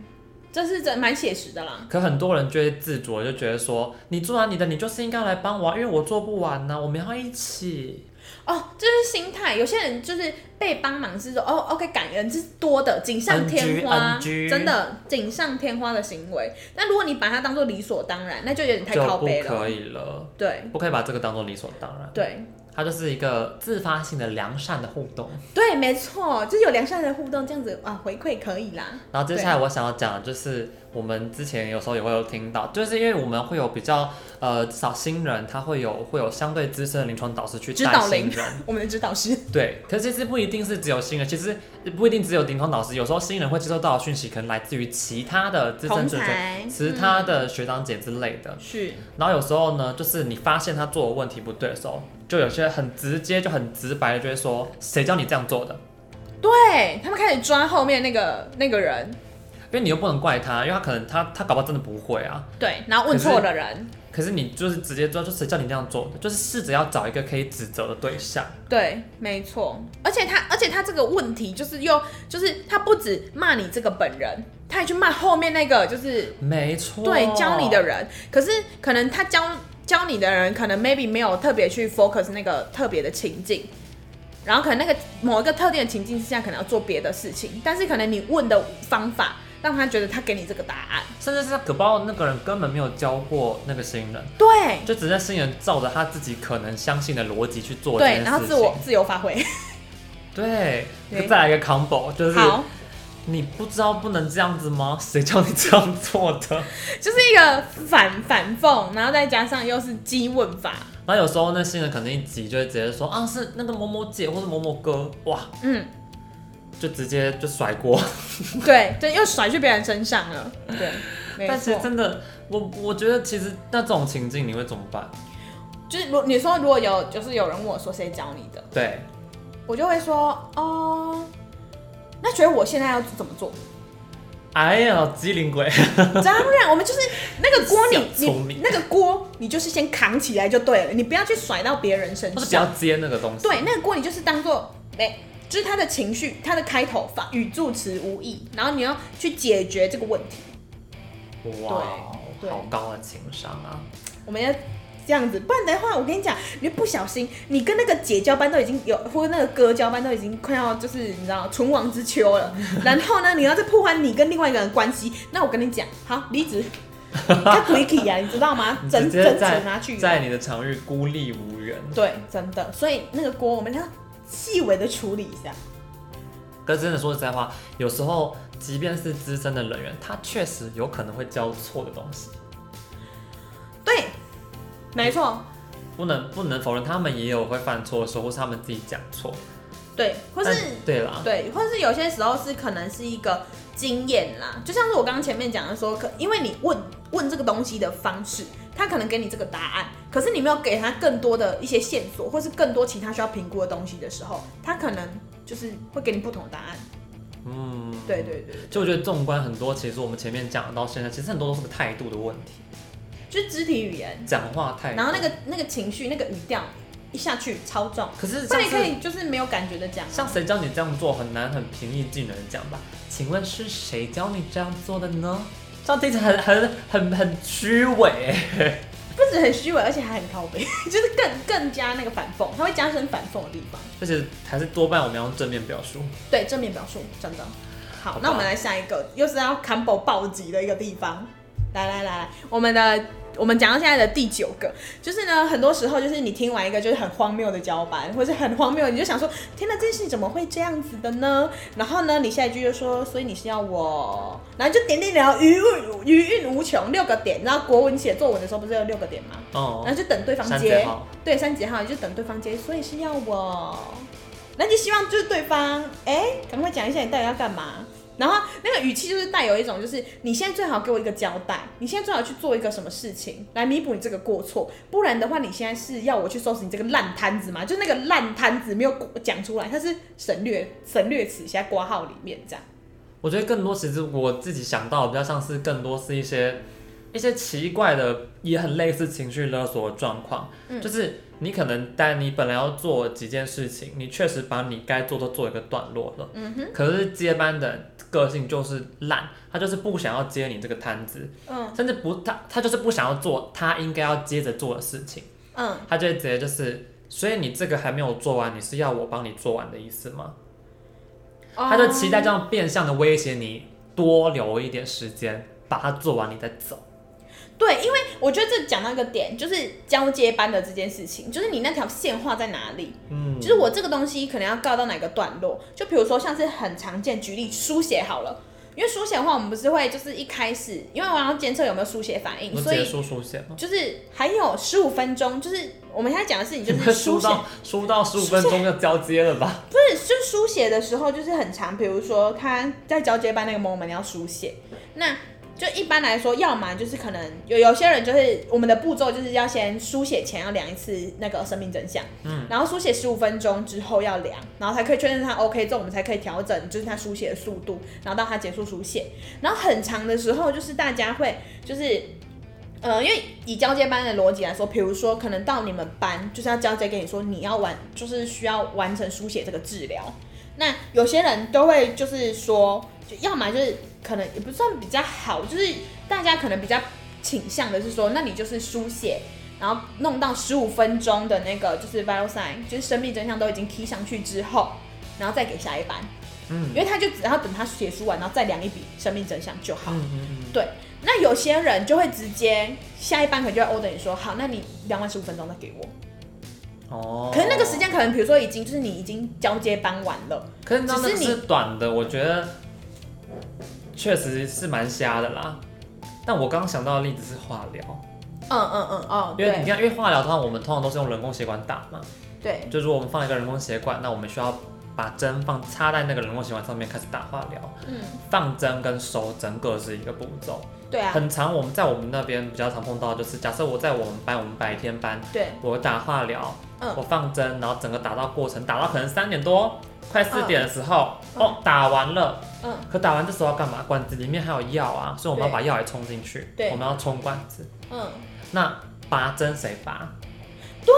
Speaker 2: 这是真蛮写实的啦。
Speaker 1: 可很多人就会自主地就觉得说，你做完你的，你就是应该来帮我、啊，因为我做不完呢、我们要一起。
Speaker 2: 哦，这是心态。有些人就是被帮忙是说，哦，OK，感恩这是多的，锦上添花
Speaker 1: NG
Speaker 2: 真的锦上添花的行为。但如果你把它当做理所当然，那就有点太
Speaker 1: 就
Speaker 2: 靠
Speaker 1: 不
Speaker 2: 背了。
Speaker 1: 可以了，
Speaker 2: 对
Speaker 1: 不可以把这个当做理所当然。
Speaker 2: 对，
Speaker 1: 它就是一个自发性的良善的互动。
Speaker 2: 对，没错，就是有良善的互动，这样子啊，回馈可以啦。
Speaker 1: 然后接下来我想要讲的就是，我们之前有时候也会有听到，就是因为我们会有比较呃，至少新人他会有会有相对资深的临床导师去
Speaker 2: 指
Speaker 1: 带
Speaker 2: 导
Speaker 1: 新
Speaker 2: 灵
Speaker 1: 人，
Speaker 2: 我们的指导师，
Speaker 1: 对。可是其实不一定是只有新人，其实不一定只有临床导师，有时候新人会接收到的讯息，可能来自于其他的资深
Speaker 2: 同
Speaker 1: 学者、
Speaker 2: 才，
Speaker 1: 其他的学长姐之类的
Speaker 2: 嗯。是
Speaker 1: 然后有时候呢，就是你发现他做的问题不对的时候，就有些很直接、就很直白的就会说：“谁教你这样做的？”
Speaker 2: 对他们开始抓后面那个那个人，
Speaker 1: 因为你又不能怪他，因为他可能他他搞不好真的不会啊。
Speaker 2: 对，然后问错了人，
Speaker 1: 可是你就是直接抓，就谁叫你这样做的，就是试着要找一个可以指责的对象。
Speaker 2: 对，没错。而且他，而且他这个问题就是又就是他不止骂你这个本人，他还去骂后面那个就是
Speaker 1: 没错，
Speaker 2: 对教你的人，可是可能他教教你的人，可能 maybe 没有特别去 focus 那个特别的情境，然后可能那个某一个特定的情境之下，可能要做别的事情，但是可能你问的方法让他觉得他给你这个答案，
Speaker 1: 甚至是可不好那个人根本没有教过那个新人，
Speaker 2: 对
Speaker 1: 就只是新人照着他自己可能相信的逻辑去做这件
Speaker 2: 对，
Speaker 1: 事情。
Speaker 2: 然后自我自由发挥，
Speaker 1: 对，
Speaker 2: 对
Speaker 1: 再来一个 combo，就是
Speaker 2: 好，
Speaker 1: 你不知道不能这样子吗？谁叫你这样做的？
Speaker 2: 就是一个反反讽，然后再加上又是激问法，
Speaker 1: 然后有时候那新人可能一急就会直接说啊，是那个某某姐或者某某哥，哇，
Speaker 2: 嗯，
Speaker 1: 就直接就甩锅。
Speaker 2: 对对，又甩去别人身上了，对，没
Speaker 1: 但是
Speaker 2: 错。
Speaker 1: 真的，我我觉得其实那这种情境你会怎么办？
Speaker 2: 就是如你说如果有就是有人问我说谁教你的，
Speaker 1: 对，
Speaker 2: 我就会说哦，那觉得我现在要怎么做？
Speaker 1: 哎呀，机灵鬼，
Speaker 2: 当然，我们就是那个锅 你，
Speaker 1: 小
Speaker 2: 你
Speaker 1: 聪明
Speaker 2: 那个锅，你就是先扛起来就对了，你不要去甩到别人身
Speaker 1: 就是不要
Speaker 2: 上。
Speaker 1: 接那个东西。
Speaker 2: 对，那个锅你就是当做没、就是他的情绪，他的开头发语助词无意，然后你要去解决这个问题。
Speaker 1: 哇
Speaker 2: 对，对
Speaker 1: 好高的情商啊！
Speaker 2: 我们要这样子，不然的话，我跟你讲，你就不小心，你跟那个姐交班都已经有，或者那个哥交班都已经快要就是你知道存亡之 秋了，然后呢，你要再破坏你跟另外一个人的关系，那我跟你讲，好离职，他 quick 啊呀，你知道吗？
Speaker 1: 你直
Speaker 2: 整
Speaker 1: 接
Speaker 2: 整
Speaker 1: 在
Speaker 2: 整拿去，啊
Speaker 1: 在你的场域孤立无援。
Speaker 2: 对，真的，所以那个锅我们要细微的处理一下，
Speaker 1: 可是真的说实在话，有时候即便是资深的人员，他确实有可能会教错的东西，
Speaker 2: 对，没错，
Speaker 1: 不能不能否认，他们也有会犯错的时候，或是他们自己讲错。
Speaker 2: 对，或是。
Speaker 1: 但对啦，
Speaker 2: 对，或者是有些时候是可能是一个经验啦，就像是我刚刚前面讲的说，可因为你问问这个东西的方式，他可能给你这个答案，可是你没有给他更多的一些线索，或是更多其他需要评估的东西的时候，他可能就是会给你不同的答案。
Speaker 1: 嗯，
Speaker 2: 对对对，
Speaker 1: 就我觉得纵观很多，其实我们前面讲的到现在，其实很多都是个态度的问题，
Speaker 2: 就是肢体语言，
Speaker 1: 讲话态度。
Speaker 2: 然后那个那个情绪、那个语调一下去超重，
Speaker 1: 可是
Speaker 2: 那
Speaker 1: 像
Speaker 2: 你可
Speaker 1: 是
Speaker 2: 以就是没有感觉的讲啊，
Speaker 1: 像谁教你这样做很难很平易近人地讲吧？请问是谁教你这样做的呢？这样听起来很很很很虚伪，
Speaker 2: 不止很虚伪，而且还很靠背， 就是更更加那个反讽，它会加深反讽的地方。
Speaker 1: 而且还是多半我们要用正面表述。
Speaker 2: 对，正面表述，真的。好，
Speaker 1: 好吧
Speaker 2: 那我们来下一个，又是要 combo 暴击的一个地方。来来来来，我们的我们讲到现在的第九个，就是呢，很多时候就是你听完一个就是很荒谬的交班，或是很荒谬，你就想说，天哪，这件事情怎么会这样子的呢？然后呢，你下一句就说，所以你是要我，然后就点点点，然后余韵余韵无穷，六个点。然后国文写作文的时候不是有六个点吗？
Speaker 1: 哦、
Speaker 2: 然后就等对方
Speaker 1: 三
Speaker 2: 接
Speaker 1: 节号，
Speaker 2: 对，三节号你就等对方接，所以是要我，那你希望就是对方，哎、赶快讲一下你到底要干嘛。然后那个语气就是带有一种，就是你现在最好给我一个交代，你现在最好去做一个什么事情来弥补你这个过错，不然的话，你现在是要我去收拾你这个烂摊子吗？就那个烂摊子没有讲出来，它是省略省略词，写在挂号里面这样。
Speaker 1: 我觉得更多其实我自己想到的比较像是更多是一些一些奇怪的，也很类似情绪勒索的状况，
Speaker 2: 嗯
Speaker 1: 就是你可能但你本来要做几件事情，你确实把你该做都做一个段落了，
Speaker 2: 嗯哼，
Speaker 1: 可是接班的人个性就是烂，他就是不想要接你这个摊子，
Speaker 2: 嗯
Speaker 1: 甚至不他他就是不想要做他应该要接着做的事情，
Speaker 2: 嗯，
Speaker 1: 他就会直接就是，所以你这个还没有做完，你是要我帮你做完的意思吗？
Speaker 2: 哦
Speaker 1: 他就期待这样变相的威胁你，多留一点时间把它做完，你再走。
Speaker 2: 对，因为我觉得这讲到一个点，就是交接班的这件事情，就是你那条线画在哪里，
Speaker 1: 嗯，
Speaker 2: 就是我这个东西可能要告到哪个段落。就比如说像是很常见，举例书写好了，因为书写的话，我们不是会就是一开始，因为我要监测有没有书写反应，
Speaker 1: 我
Speaker 2: 所
Speaker 1: 结
Speaker 2: 以
Speaker 1: 束书写吗？
Speaker 2: 就是还有十五分钟，就是我们现在讲的事情就
Speaker 1: 你
Speaker 2: 是
Speaker 1: 们输
Speaker 2: 书写，
Speaker 1: 到输到十五分钟要交接了吧？
Speaker 2: 不是，就书写的时候就是很长，比如说他在交接班那个 moment 要书写，那就一般来说，要么就是可能有有些人就是我们的步骤就是要先书写前要量一次那个生命真相，嗯，然后书写十五分钟之后要量，然后才可以确认他 OK 之后，我们才可以调整就是他书写的速度，然后到他结束书写，然后很长的时候就是大家会就是。呃，因为以交接班的逻辑来啊说，比如说可能到你们班就是要交接给你说你要完，就是需要完成书写这个治疗。那有些人都会就是说，就要么就是可能也不算比较好，就是大家可能比较倾向的是说，那你就是书写，然后弄到十五分钟的那个就是 vital sign，就是生命真相都已经踢上去之后，然后再给下一班，
Speaker 1: 嗯，
Speaker 2: 因为他就只要等他写书完，然后再量一笔生命真相就好。
Speaker 1: 嗯嗯嗯，
Speaker 2: 对，那有些人就会直接下一班可能就会 order 你说，好，那你量完十五分钟再给我。
Speaker 1: 哦。
Speaker 2: 可是那个时，间可能比如说已经就是你已经交接班完了，
Speaker 1: 可是那
Speaker 2: 只
Speaker 1: 那
Speaker 2: 是
Speaker 1: 个
Speaker 2: 你
Speaker 1: 是短的，我觉得确实是蛮瞎的啦。但我刚刚想到的例子是化疗，
Speaker 2: 嗯嗯嗯哦，
Speaker 1: 因为你
Speaker 2: 对
Speaker 1: 看，因为化疗的话，我们通常都是用人工血管打嘛，
Speaker 2: 对，
Speaker 1: 就如果我们放了一个人工血管，那我们需要把针放插在那个人工血管上面开始打化疗，
Speaker 2: 嗯
Speaker 1: 放针跟收针各是一个步骤。
Speaker 2: 对啊，
Speaker 1: 很常我们在我们那边比较常碰到，就是假设我在我们班，我们白天班，
Speaker 2: 对，
Speaker 1: 我打化疗，
Speaker 2: 嗯
Speaker 1: 我放针，然后整个打到过程打到可能三点多，快四点的时候，哦，打完了。
Speaker 2: 嗯
Speaker 1: 可打完这时候要干嘛？管子里面还有药啊，所以我们要
Speaker 2: 对
Speaker 1: 把药也冲进去，
Speaker 2: 对
Speaker 1: 我们要冲管子。
Speaker 2: 嗯，
Speaker 1: 那拔针谁拔？
Speaker 2: 这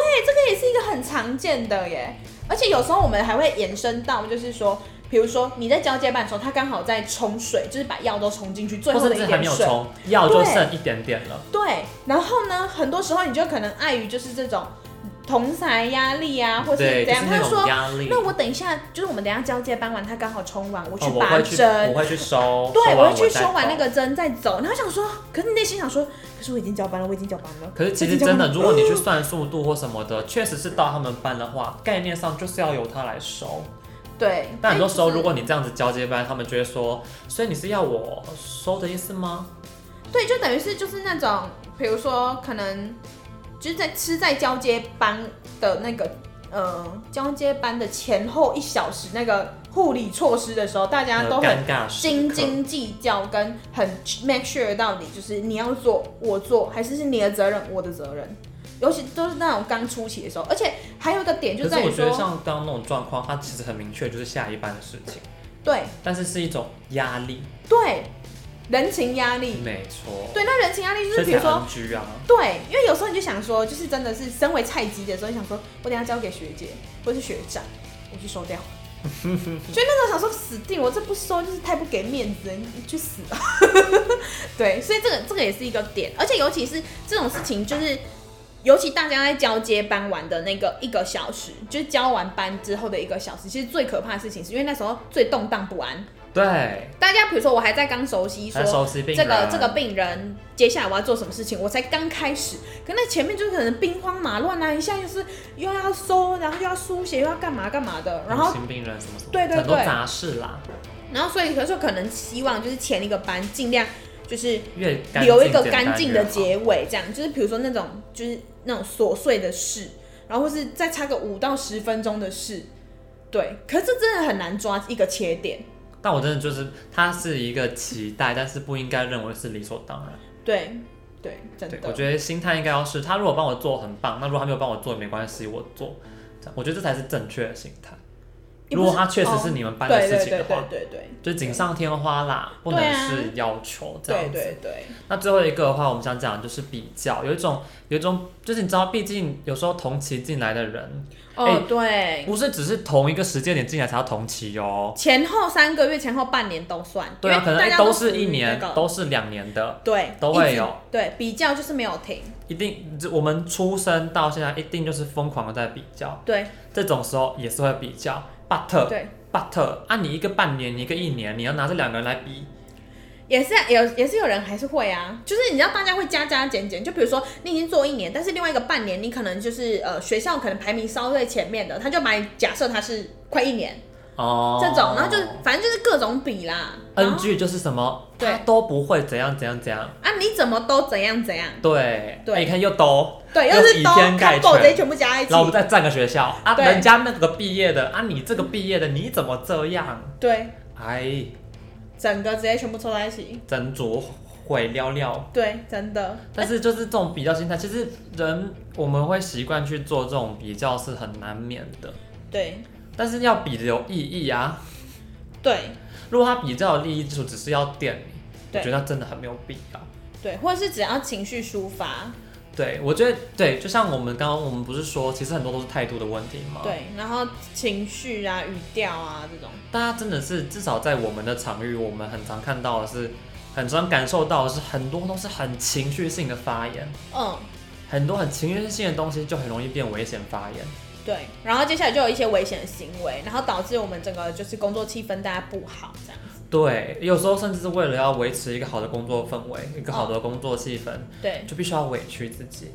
Speaker 2: 也是一个很常见的耶，而且有时候我们还会延伸到就是说。比如说你在交接班的时候，他刚好在冲水，就是把药都冲进去，最
Speaker 1: 或
Speaker 2: 后的
Speaker 1: 甚
Speaker 2: 一
Speaker 1: 至还
Speaker 2: 点
Speaker 1: 没有
Speaker 2: 水。
Speaker 1: 冲，药就
Speaker 2: 对
Speaker 1: 剩一点点了。
Speaker 2: 对，然后呢，很多时候你就可能碍于就是这种同财压力啊，或是
Speaker 1: 对，
Speaker 2: 怎
Speaker 1: 就是
Speaker 2: 样，他
Speaker 1: 那
Speaker 2: 就说
Speaker 1: 种压力。
Speaker 2: 那我等一下，就是我们等一下交接班完，他刚好冲完，我去
Speaker 1: 哦，我
Speaker 2: 拔
Speaker 1: 会去，
Speaker 2: 针。
Speaker 1: 我会去收，
Speaker 2: 对，
Speaker 1: 收
Speaker 2: 我
Speaker 1: 完
Speaker 2: 会去
Speaker 1: 再
Speaker 2: 收完
Speaker 1: 走
Speaker 2: 那。个针再走。然后想说，可是你内心想说，可是我已经交班了，我已经交班了。
Speaker 1: 可是其实真的，如果你去算速度或什么的，确实是到他们班的话，概念上就是要由他来收。
Speaker 2: 对，
Speaker 1: 但很多时候，
Speaker 2: 哎就是
Speaker 1: 如果你这样子交接班，他们就会说，所以你是要我收的意思吗？
Speaker 2: 对，就等于是就是那种，比如说可能就是在吃在交接班的那个呃交接班的前后一小时那个护理措施的时候，大家
Speaker 1: 那
Speaker 2: 啊都很
Speaker 1: 呃尴尬时刻
Speaker 2: 斤斤计较，跟很 make sure 到底就是你要做，我做，还是是你的责任，我的责任。尤其都是那种刚初期的时候，而且还有一个点就
Speaker 1: 可是
Speaker 2: 在于
Speaker 1: 我觉得
Speaker 2: 说，
Speaker 1: 像刚刚那种状况，它其实很明确，就是下一班的事情，
Speaker 2: 对
Speaker 1: 但是是一种压力，
Speaker 2: 对，人情压力，
Speaker 1: 没错，
Speaker 2: 对，那人情压力就
Speaker 1: 所
Speaker 2: 是
Speaker 1: 以
Speaker 2: 比如
Speaker 1: 才
Speaker 2: 说，
Speaker 1: NG 啊，
Speaker 2: 对，因为有时候你就想说，就是真的是身为菜鸡的时候，你想说我等一下交给学姐或是学长，我去收掉。所以那时候想说死定了，我这不收就是太不给面子了，你你去死吧。 对，所以这个这个也是一个点，而且尤其是这种事情，就是尤其大家在交接班完的那个一个小时，就是交完班之后的一个小时，其实最可怕的事情是因为那时候最动荡不安。
Speaker 1: 对，
Speaker 2: 大家比如说我还在刚熟悉说
Speaker 1: 来收拾病
Speaker 2: 这个
Speaker 1: 人
Speaker 2: 这个病人接下来我要做什么事情，我才刚开始，可那前面就是可能兵荒马乱啊，一下就是又要收，然后又要输血，又要干嘛干嘛的，然后
Speaker 1: 新病人什么什么，
Speaker 2: 对对
Speaker 1: 很多
Speaker 2: 对
Speaker 1: 杂事啦，
Speaker 2: 然后所以可是可能希望就是前一个班尽量就是
Speaker 1: 越干净
Speaker 2: 留一个
Speaker 1: 简单
Speaker 2: 干净
Speaker 1: 越
Speaker 2: 的
Speaker 1: 好
Speaker 2: 结尾，这样就是比如说那种就是那种琐碎的事，然后或是再差个五到十分钟的事，对，可是这真的很难抓一个切点。
Speaker 1: 但我真的就是，它是一个期待，但是不应该认为是理所当然。
Speaker 2: 对对，真
Speaker 1: 对，
Speaker 2: 的
Speaker 1: 我。觉得心态应该要是，他如果帮我做很棒，那如果他没有帮我做也没关系，我做，这样我觉得这才是正确的心态。
Speaker 2: 也不
Speaker 1: 如
Speaker 2: 是
Speaker 1: 果他确实是你们班的
Speaker 2: 对
Speaker 1: 事
Speaker 2: 对
Speaker 1: 情的
Speaker 2: 对
Speaker 1: 话，
Speaker 2: 对对对，
Speaker 1: 就锦上添花啦，不
Speaker 2: 对
Speaker 1: 能
Speaker 2: 啊
Speaker 1: 是要求这样
Speaker 2: 对
Speaker 1: 子。
Speaker 2: 对对，
Speaker 1: 那最后一个的话，我们想讲的就是比较，有一种有一种就是你知道，毕竟有时候同期进来的人，哎
Speaker 2: 哦对，
Speaker 1: 不是只是同一个时间点进来才要同期哦。
Speaker 2: 前后三个月、前后半年都算，
Speaker 1: 对啊，
Speaker 2: 因
Speaker 1: 可
Speaker 2: 为
Speaker 1: 能
Speaker 2: 大
Speaker 1: 哎
Speaker 2: 家
Speaker 1: 都
Speaker 2: 属
Speaker 1: 是一
Speaker 2: 于
Speaker 1: 年
Speaker 2: 那，个
Speaker 1: 都是两年的，
Speaker 2: 对
Speaker 1: 都会
Speaker 2: 一直
Speaker 1: 有
Speaker 2: 对比较就是没有停，
Speaker 1: 一定，这我们出生到现在一定就是疯狂的在比较，
Speaker 2: 对
Speaker 1: 这种时候也是会比较。But
Speaker 2: 对，
Speaker 1: but 啊，你一个半年，你一个一年，你要拿这两个人来比，
Speaker 2: 也是啊有也是有人还是会啊，就是你知道大家会加加减减，就比如说你已经做一年，但是另外一个半年你可能就是呃学校可能排名稍微前面的，他就把你假设他是快一年
Speaker 1: 哦，
Speaker 2: 这种，然后就是反正就是各种比啦。然后
Speaker 1: NG 就是什么，
Speaker 2: 对
Speaker 1: 他都不会怎样怎样怎样，
Speaker 2: 啊，你怎么都怎样怎样，
Speaker 1: 对，
Speaker 2: 对
Speaker 1: 哎你看又都，
Speaker 2: 对，
Speaker 1: 要
Speaker 2: 要是
Speaker 1: 以
Speaker 2: 都
Speaker 1: 偏概
Speaker 2: combo
Speaker 1: 全
Speaker 2: 这些全部加在一起
Speaker 1: 然后，我们再占个学校啊，
Speaker 2: 对
Speaker 1: 人家那个毕业的啊，你这个毕业的你怎么这样？
Speaker 2: 对，
Speaker 1: 哎，
Speaker 2: 整个直接全部凑在一起，
Speaker 1: 斟酌毁了了。
Speaker 2: 对，真的，
Speaker 1: 但是就是这种比较心态，其实人我们会习惯去做这种比较是很难免的，
Speaker 2: 对
Speaker 1: 但是要比的有意义啊。
Speaker 2: 对
Speaker 1: 如果他比较有利益基础只是要垫你，我
Speaker 2: 对
Speaker 1: 觉得真的很没有必要。
Speaker 2: 对，或者是只要情绪抒发，
Speaker 1: 对，我觉得对，就像我们刚刚我们不是说，其实很多都是态度的问题嘛。，
Speaker 2: 对，然后情绪啊、语调啊这种，
Speaker 1: 大家真的是至少在我们的场域，我们很常看到的是，很常感受到的是很多都是很情绪性的发言，
Speaker 2: 嗯，
Speaker 1: 很多很情绪性的东西就很容易变危险发言。
Speaker 2: 对，然后接下来就有一些危险的行为，然后导致我们整个就是工作气氛大家不好这样子，
Speaker 1: 对，有时候甚至是为了要维持一个好的工作氛围，一个好的工作气氛，
Speaker 2: 对
Speaker 1: 就必须要委屈自己。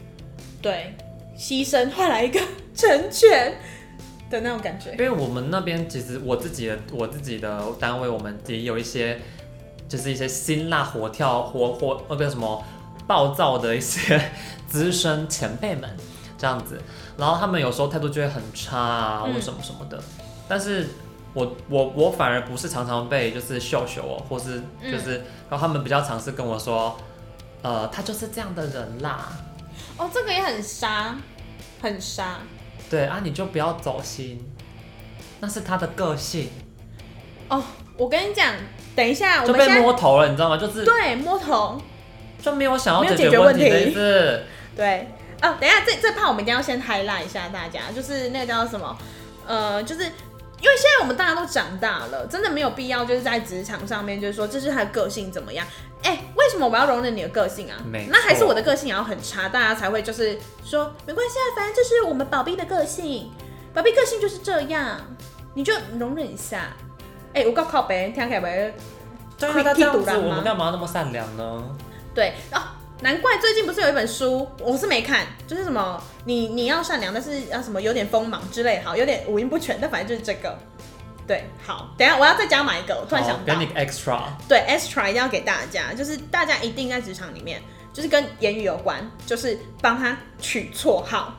Speaker 2: 对，牺牲换来一个成全的那种感觉
Speaker 1: 因，为我们那边其实我自己的我自己的单位，我们也有一些就是一些辛辣活跳呃活活那个什么暴躁的一些 资深前辈们这样子，然后他们有时候态度就会很差啊，
Speaker 2: 嗯
Speaker 1: 或什么什么的。但是我我我反而不是常常被就是秀秀哦，或是
Speaker 2: 嗯
Speaker 1: 就是，然后他们比较常是跟我说，呃，他就是这样的人啦，
Speaker 2: 哦，这个也很杀，很杀，
Speaker 1: 对啊，你就不要走心，那是他的个性。
Speaker 2: 哦，我跟你讲，等一下，我
Speaker 1: 就
Speaker 2: 们
Speaker 1: 被
Speaker 2: 现在
Speaker 1: 摸头了，你知道吗？就是
Speaker 2: 对摸头，
Speaker 1: 就没有想要
Speaker 2: 没有
Speaker 1: 解
Speaker 2: 解决
Speaker 1: 问题
Speaker 2: 问
Speaker 1: 的
Speaker 2: 题
Speaker 1: 意思。
Speaker 2: 对，哦，等一下，这这趴我们一定要先 highlight 一下大家，就是那个叫什么，呃，就是因为现在我们大家都长大了，真的没有必要就是在职场上面就是说这是他的个性怎么样。哎、为什么我要容忍你的个性啊
Speaker 1: 没？错
Speaker 2: 那还是我的个性也要很差，大家才会就是说没关系啊，反正这是我们宝贝的个性，宝贝个性就是这样，你就容忍一下。哎、我告靠别听起来没
Speaker 1: 对啊，他这样
Speaker 2: 屁股
Speaker 1: 子，
Speaker 2: 狼吗
Speaker 1: 我们干嘛那么善良呢？
Speaker 2: 对哦，难怪最近不是有一本书，我是没看，就是什么你你要善良，但是要什么有点锋芒之类，好，有点五音不全，但反正就是这个。对，好，等一下我要再加买一个，我突然
Speaker 1: 好
Speaker 2: 想，
Speaker 1: 给
Speaker 2: 到，
Speaker 1: 你个 extra。
Speaker 2: 对，extra 一定要给大家，就是大家一定在职场里面，就是跟言语有关，就是帮他取绰号。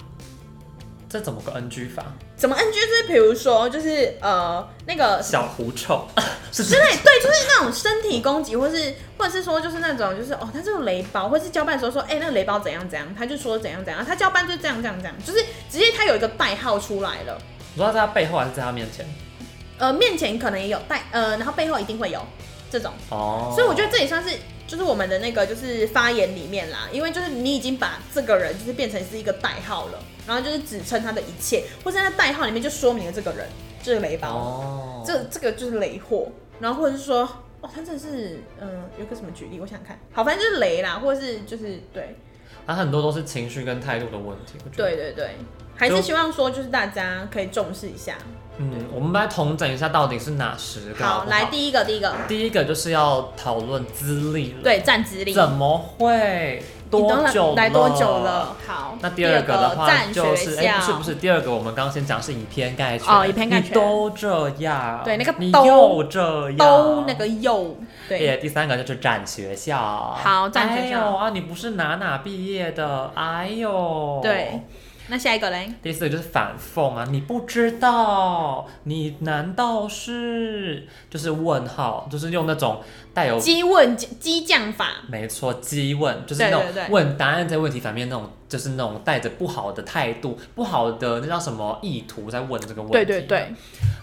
Speaker 1: 这怎么个 NG 法？
Speaker 2: 怎么 NG 就是比如说就是呃那个
Speaker 1: 小狐 臭是
Speaker 2: 之类，对，就是那种身体攻击，或是或者是说就是那种就是哦，他这种雷包，或是交班的时候说，哎、那个雷包怎样怎样，他就说怎样怎啊样，他交班就这样这样这样，就是直接他有一个代号出来了，
Speaker 1: 你说他在他背后还是在他面前？
Speaker 2: 呃，面前可能也有代，呃，然后背后一定会有这种，
Speaker 1: 哦，
Speaker 2: 所以我觉得这也算是就是我们的那个就是发言里面啦，因为就是你已经把这个人就是变成是一个代号了，然后就是指称他的一切，或是在代号里面就说明了这个人就是雷包。
Speaker 1: 哦，
Speaker 2: 这这个就是雷货，然后或者是说，哦，他真的是，嗯、有个什么举例，我想想看，好，反正就是雷啦，或者是就是对
Speaker 1: 他很多都是情绪跟态度的问题。我觉得
Speaker 2: 对，对对，还是希望说就是大家可以重视一下。
Speaker 1: 嗯，我们来统整一下到底是哪十个好
Speaker 2: 好，
Speaker 1: 啊不好
Speaker 2: 来第一个，第一个，
Speaker 1: 第一个就是要讨论资历了。，
Speaker 2: 对，站直立，
Speaker 1: 怎么会？多
Speaker 2: 你
Speaker 1: 久
Speaker 2: 都来来多久？了？好，
Speaker 1: 那第二个的话
Speaker 2: 站
Speaker 1: 就是，
Speaker 2: 学校，
Speaker 1: 哎、不是不是，第二个我们刚刚先讲是以偏概全，
Speaker 2: 哦以偏概全
Speaker 1: 你都这样，
Speaker 2: 对那个
Speaker 1: 你
Speaker 2: 都
Speaker 1: 又这样，
Speaker 2: 都那。个又对。
Speaker 1: 耶，第三个就是转学校，
Speaker 2: 好占学校
Speaker 1: 哎呦啊，你不是哪哪毕业的？哎呦，
Speaker 2: 对。那下一个嘞？
Speaker 1: 第四个就是反讽啊，你不知道，你难道是就是问号，就是用那种带有
Speaker 2: 激问激将法，
Speaker 1: 没错，激问就是那
Speaker 2: 对对
Speaker 1: 种
Speaker 2: 对
Speaker 1: 问答案在问题反面那种，就是那种带着不好的态度、不好的那叫什么意图在问这个问题。
Speaker 2: 对对对。，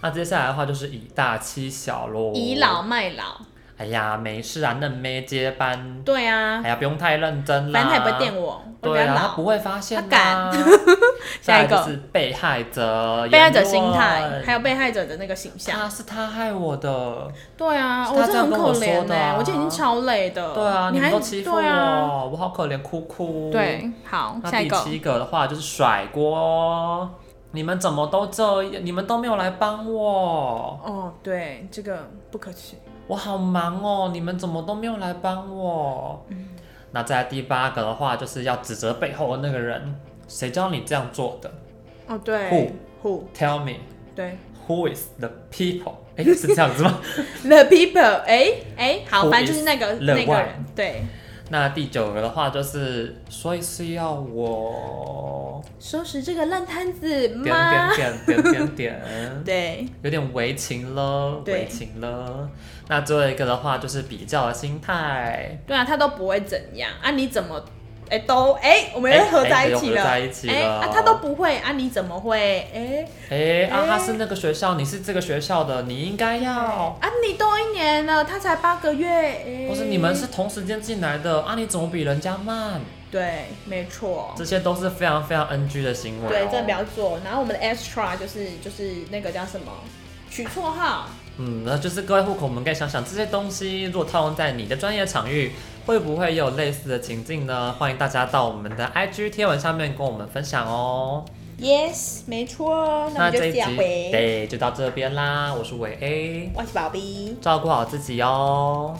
Speaker 1: 那接下来的话就是以大欺小喽。
Speaker 2: 倚老。卖老，
Speaker 1: 哎呀，没事啊，嫩妹接班。
Speaker 2: 对啊
Speaker 1: 哎，呀，不用太认真啦。
Speaker 2: 反正他也不会电我，我比
Speaker 1: 对
Speaker 2: 较
Speaker 1: 啊，他
Speaker 2: 老
Speaker 1: 不。会发现、啊。
Speaker 2: 他敢。
Speaker 1: 再
Speaker 2: 下
Speaker 1: 来
Speaker 2: 一个
Speaker 1: 就是被害者。
Speaker 2: 被害者心态，还
Speaker 1: 有。
Speaker 2: 有被害者的那个形象。
Speaker 1: 啊，是他害我的。
Speaker 2: 对啊，
Speaker 1: 是
Speaker 2: 我
Speaker 1: 他
Speaker 2: 真
Speaker 1: 这
Speaker 2: 的
Speaker 1: 样
Speaker 2: 很
Speaker 1: 跟我
Speaker 2: 可怜
Speaker 1: 说
Speaker 2: 呢、
Speaker 1: 的啊
Speaker 2: 我今天已经超累的。
Speaker 1: 对啊，你
Speaker 2: 还
Speaker 1: 们都欺负我，
Speaker 2: 对啊，
Speaker 1: 我好可怜，哭哭。。
Speaker 2: 对，啊好，
Speaker 1: 那
Speaker 2: 哦下一
Speaker 1: 第
Speaker 2: 个，
Speaker 1: 七个的话就是甩锅，你们怎么都这样？你们都没有来帮我，
Speaker 2: 哦，对，这个不可取，
Speaker 1: 我好忙哦，你们怎么都没有来帮我？
Speaker 2: 嗯
Speaker 1: 那再来第八个的话，就是要指责背后的那个人，谁叫你这样做的
Speaker 2: 哦，对
Speaker 1: Who
Speaker 2: ，Who，
Speaker 1: ？Tell me
Speaker 2: 对
Speaker 1: who is the people？哎、是这样子 吗？
Speaker 2: ，The people，哎哎，好，
Speaker 1: Who
Speaker 2: 反正就是
Speaker 1: is
Speaker 2: 那个
Speaker 1: the
Speaker 2: 那个
Speaker 1: one？
Speaker 2: 人，对，
Speaker 1: 那第九个的话就是，所以是要我
Speaker 2: 收拾这个烂摊子
Speaker 1: 点
Speaker 2: 吗？
Speaker 1: 点点点点点，
Speaker 2: 对，
Speaker 1: 有点为情了，
Speaker 2: 对
Speaker 1: 为情了。那最后一个的话就是比较的心态，
Speaker 2: 对啊，他都不会怎样啊，你怎么？哎、都哎、我们
Speaker 1: 哎
Speaker 2: 又合
Speaker 1: 哎
Speaker 2: 在一
Speaker 1: 又
Speaker 2: 起
Speaker 1: 合
Speaker 2: 了，
Speaker 1: 在一起
Speaker 2: 哎
Speaker 1: 了
Speaker 2: 啊，他都不会啊，你怎么会？哎、
Speaker 1: 哎、啊，
Speaker 2: 哎
Speaker 1: 他是那个学校，你是这个学校的，你应该要。
Speaker 2: 啊，你都一年了，他才八个月，哎
Speaker 1: 或哦是你们是同时间进来的啊？你怎么比人家慢？
Speaker 2: 对，没错，
Speaker 1: 这些都是非常非常 NG 的行为、哦。
Speaker 2: 对，这不要做。然后我们的 extra 就是就是那个叫什么取绰号，
Speaker 1: 嗯，那就是各位户口们该想想，这些东西如果套用在你的专业场域，会不会也有类似的情境呢？欢迎大家到我们的 IG 贴文上面跟我们分享哦。
Speaker 2: Yes，没错，那
Speaker 1: 那
Speaker 2: 我们就
Speaker 1: 这
Speaker 2: 这
Speaker 1: 一
Speaker 2: 样
Speaker 1: 集
Speaker 2: 回。
Speaker 1: 对就到这边啦，我是伟 A，
Speaker 2: 我是宝贝，
Speaker 1: 照顾好自己哦。